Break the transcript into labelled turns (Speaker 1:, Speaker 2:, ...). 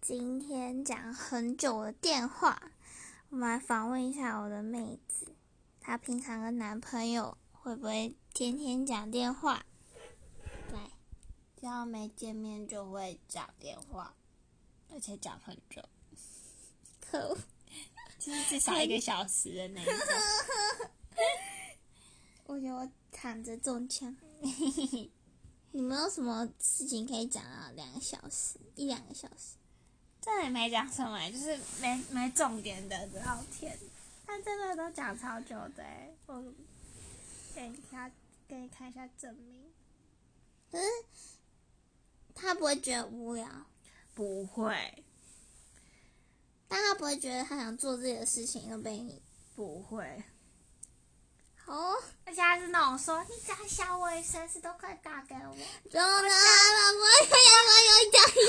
Speaker 1: 今天讲很久的电话，我们来访问一下我的妹子，她平常跟男朋友会不会天天讲电话？来，
Speaker 2: 只要没见面就会讲电话，而且讲很久，
Speaker 1: 可恶！
Speaker 2: 就是至少一个小时的那一种。
Speaker 1: 我觉得我躺着中枪。 你们有什么事情可以讲到两个小时，一两个小时？
Speaker 2: 这也没讲什么，就是没没重点的聊天。他真的都讲超久的、欸，我给你看，给你看一下证明。
Speaker 1: 可是嗯他不会觉得无聊，
Speaker 2: 不会，
Speaker 1: 但他不会觉得他想做自己的事情都被你
Speaker 2: 不会。
Speaker 1: 好哦。
Speaker 2: 而且他是那种说，你只要想我一声，事都快打给我。
Speaker 1: 怎么了？我我我我我讲。